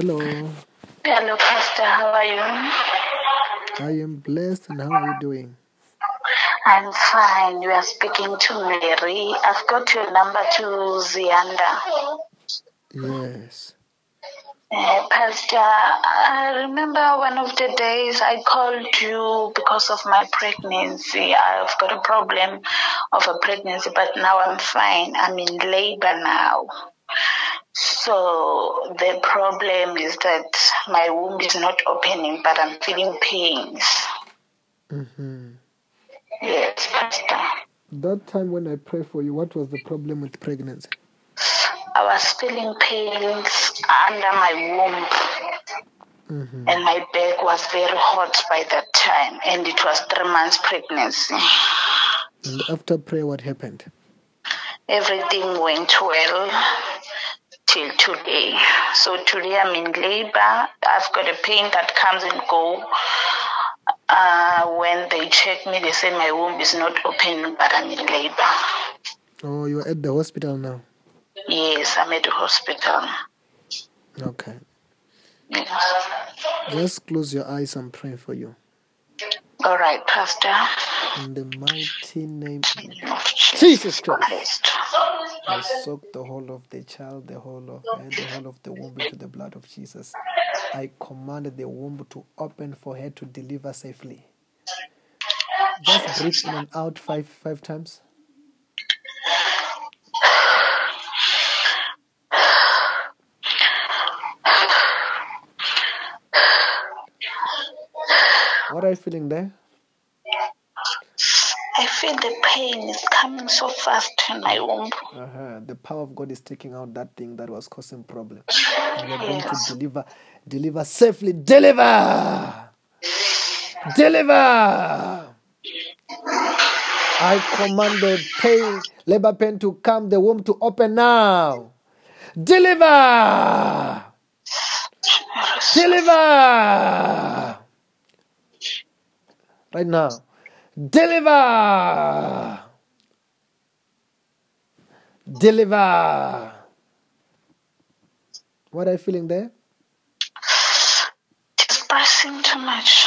Hello, Hello, Pastor. How are you? I am blessed, and how are you doing? I'm fine. You are speaking to Mary. I've got your number to Zianda. Yes. Uh, Pastor, I remember one of the days I called you because of my pregnancy. I've got a problem of a pregnancy, but now I'm fine. I'm in labor now. So the problem is that my womb is not opening, but I'm feeling pains. hmm Yes, Pastor. That time when I prayed for you, what was the problem with pregnancy? I was feeling pains under my womb, hmm and my back was very hot by that time, and it was three months pregnancy. And after prayer, what happened? Everything went well till today. So today I'm in labor. I've got a pain that comes and go. Uh, when they check me, they say my womb is not open, but I'm in labor. Oh, you are at the hospital now. Yes, I'm at the hospital. Okay. Yes. Just close your eyes and pray for you. All right, Pastor. In the mighty name, Jesus Christ. I soak the whole of the child, the whole of her, the whole of the womb into the blood of Jesus. I command the womb to open for her to deliver safely. Just breathe in and out five five times. What are you feeling there? I feel the pain is coming so fast in my womb. Uh-huh. The power of God is taking out that thing that was causing problem. And you're going to deliver, deliver safely. Deliver! Deliver! I command the pain, labor pain to come, the womb to open now. Deliver! Deliver! Right now. Deliver! Deliver! What are you feeling there? It's pressing too much.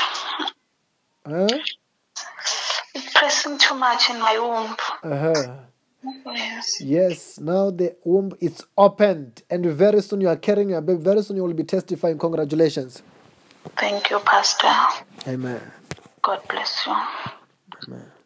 Huh? It's pressing too much in my womb. Uh huh. Yes. Yes, now the womb is opened, and very soon you are carrying your baby. Very soon you will be testifying. Congratulations. Thank you, Pastor. Amen. God bless you. Amen.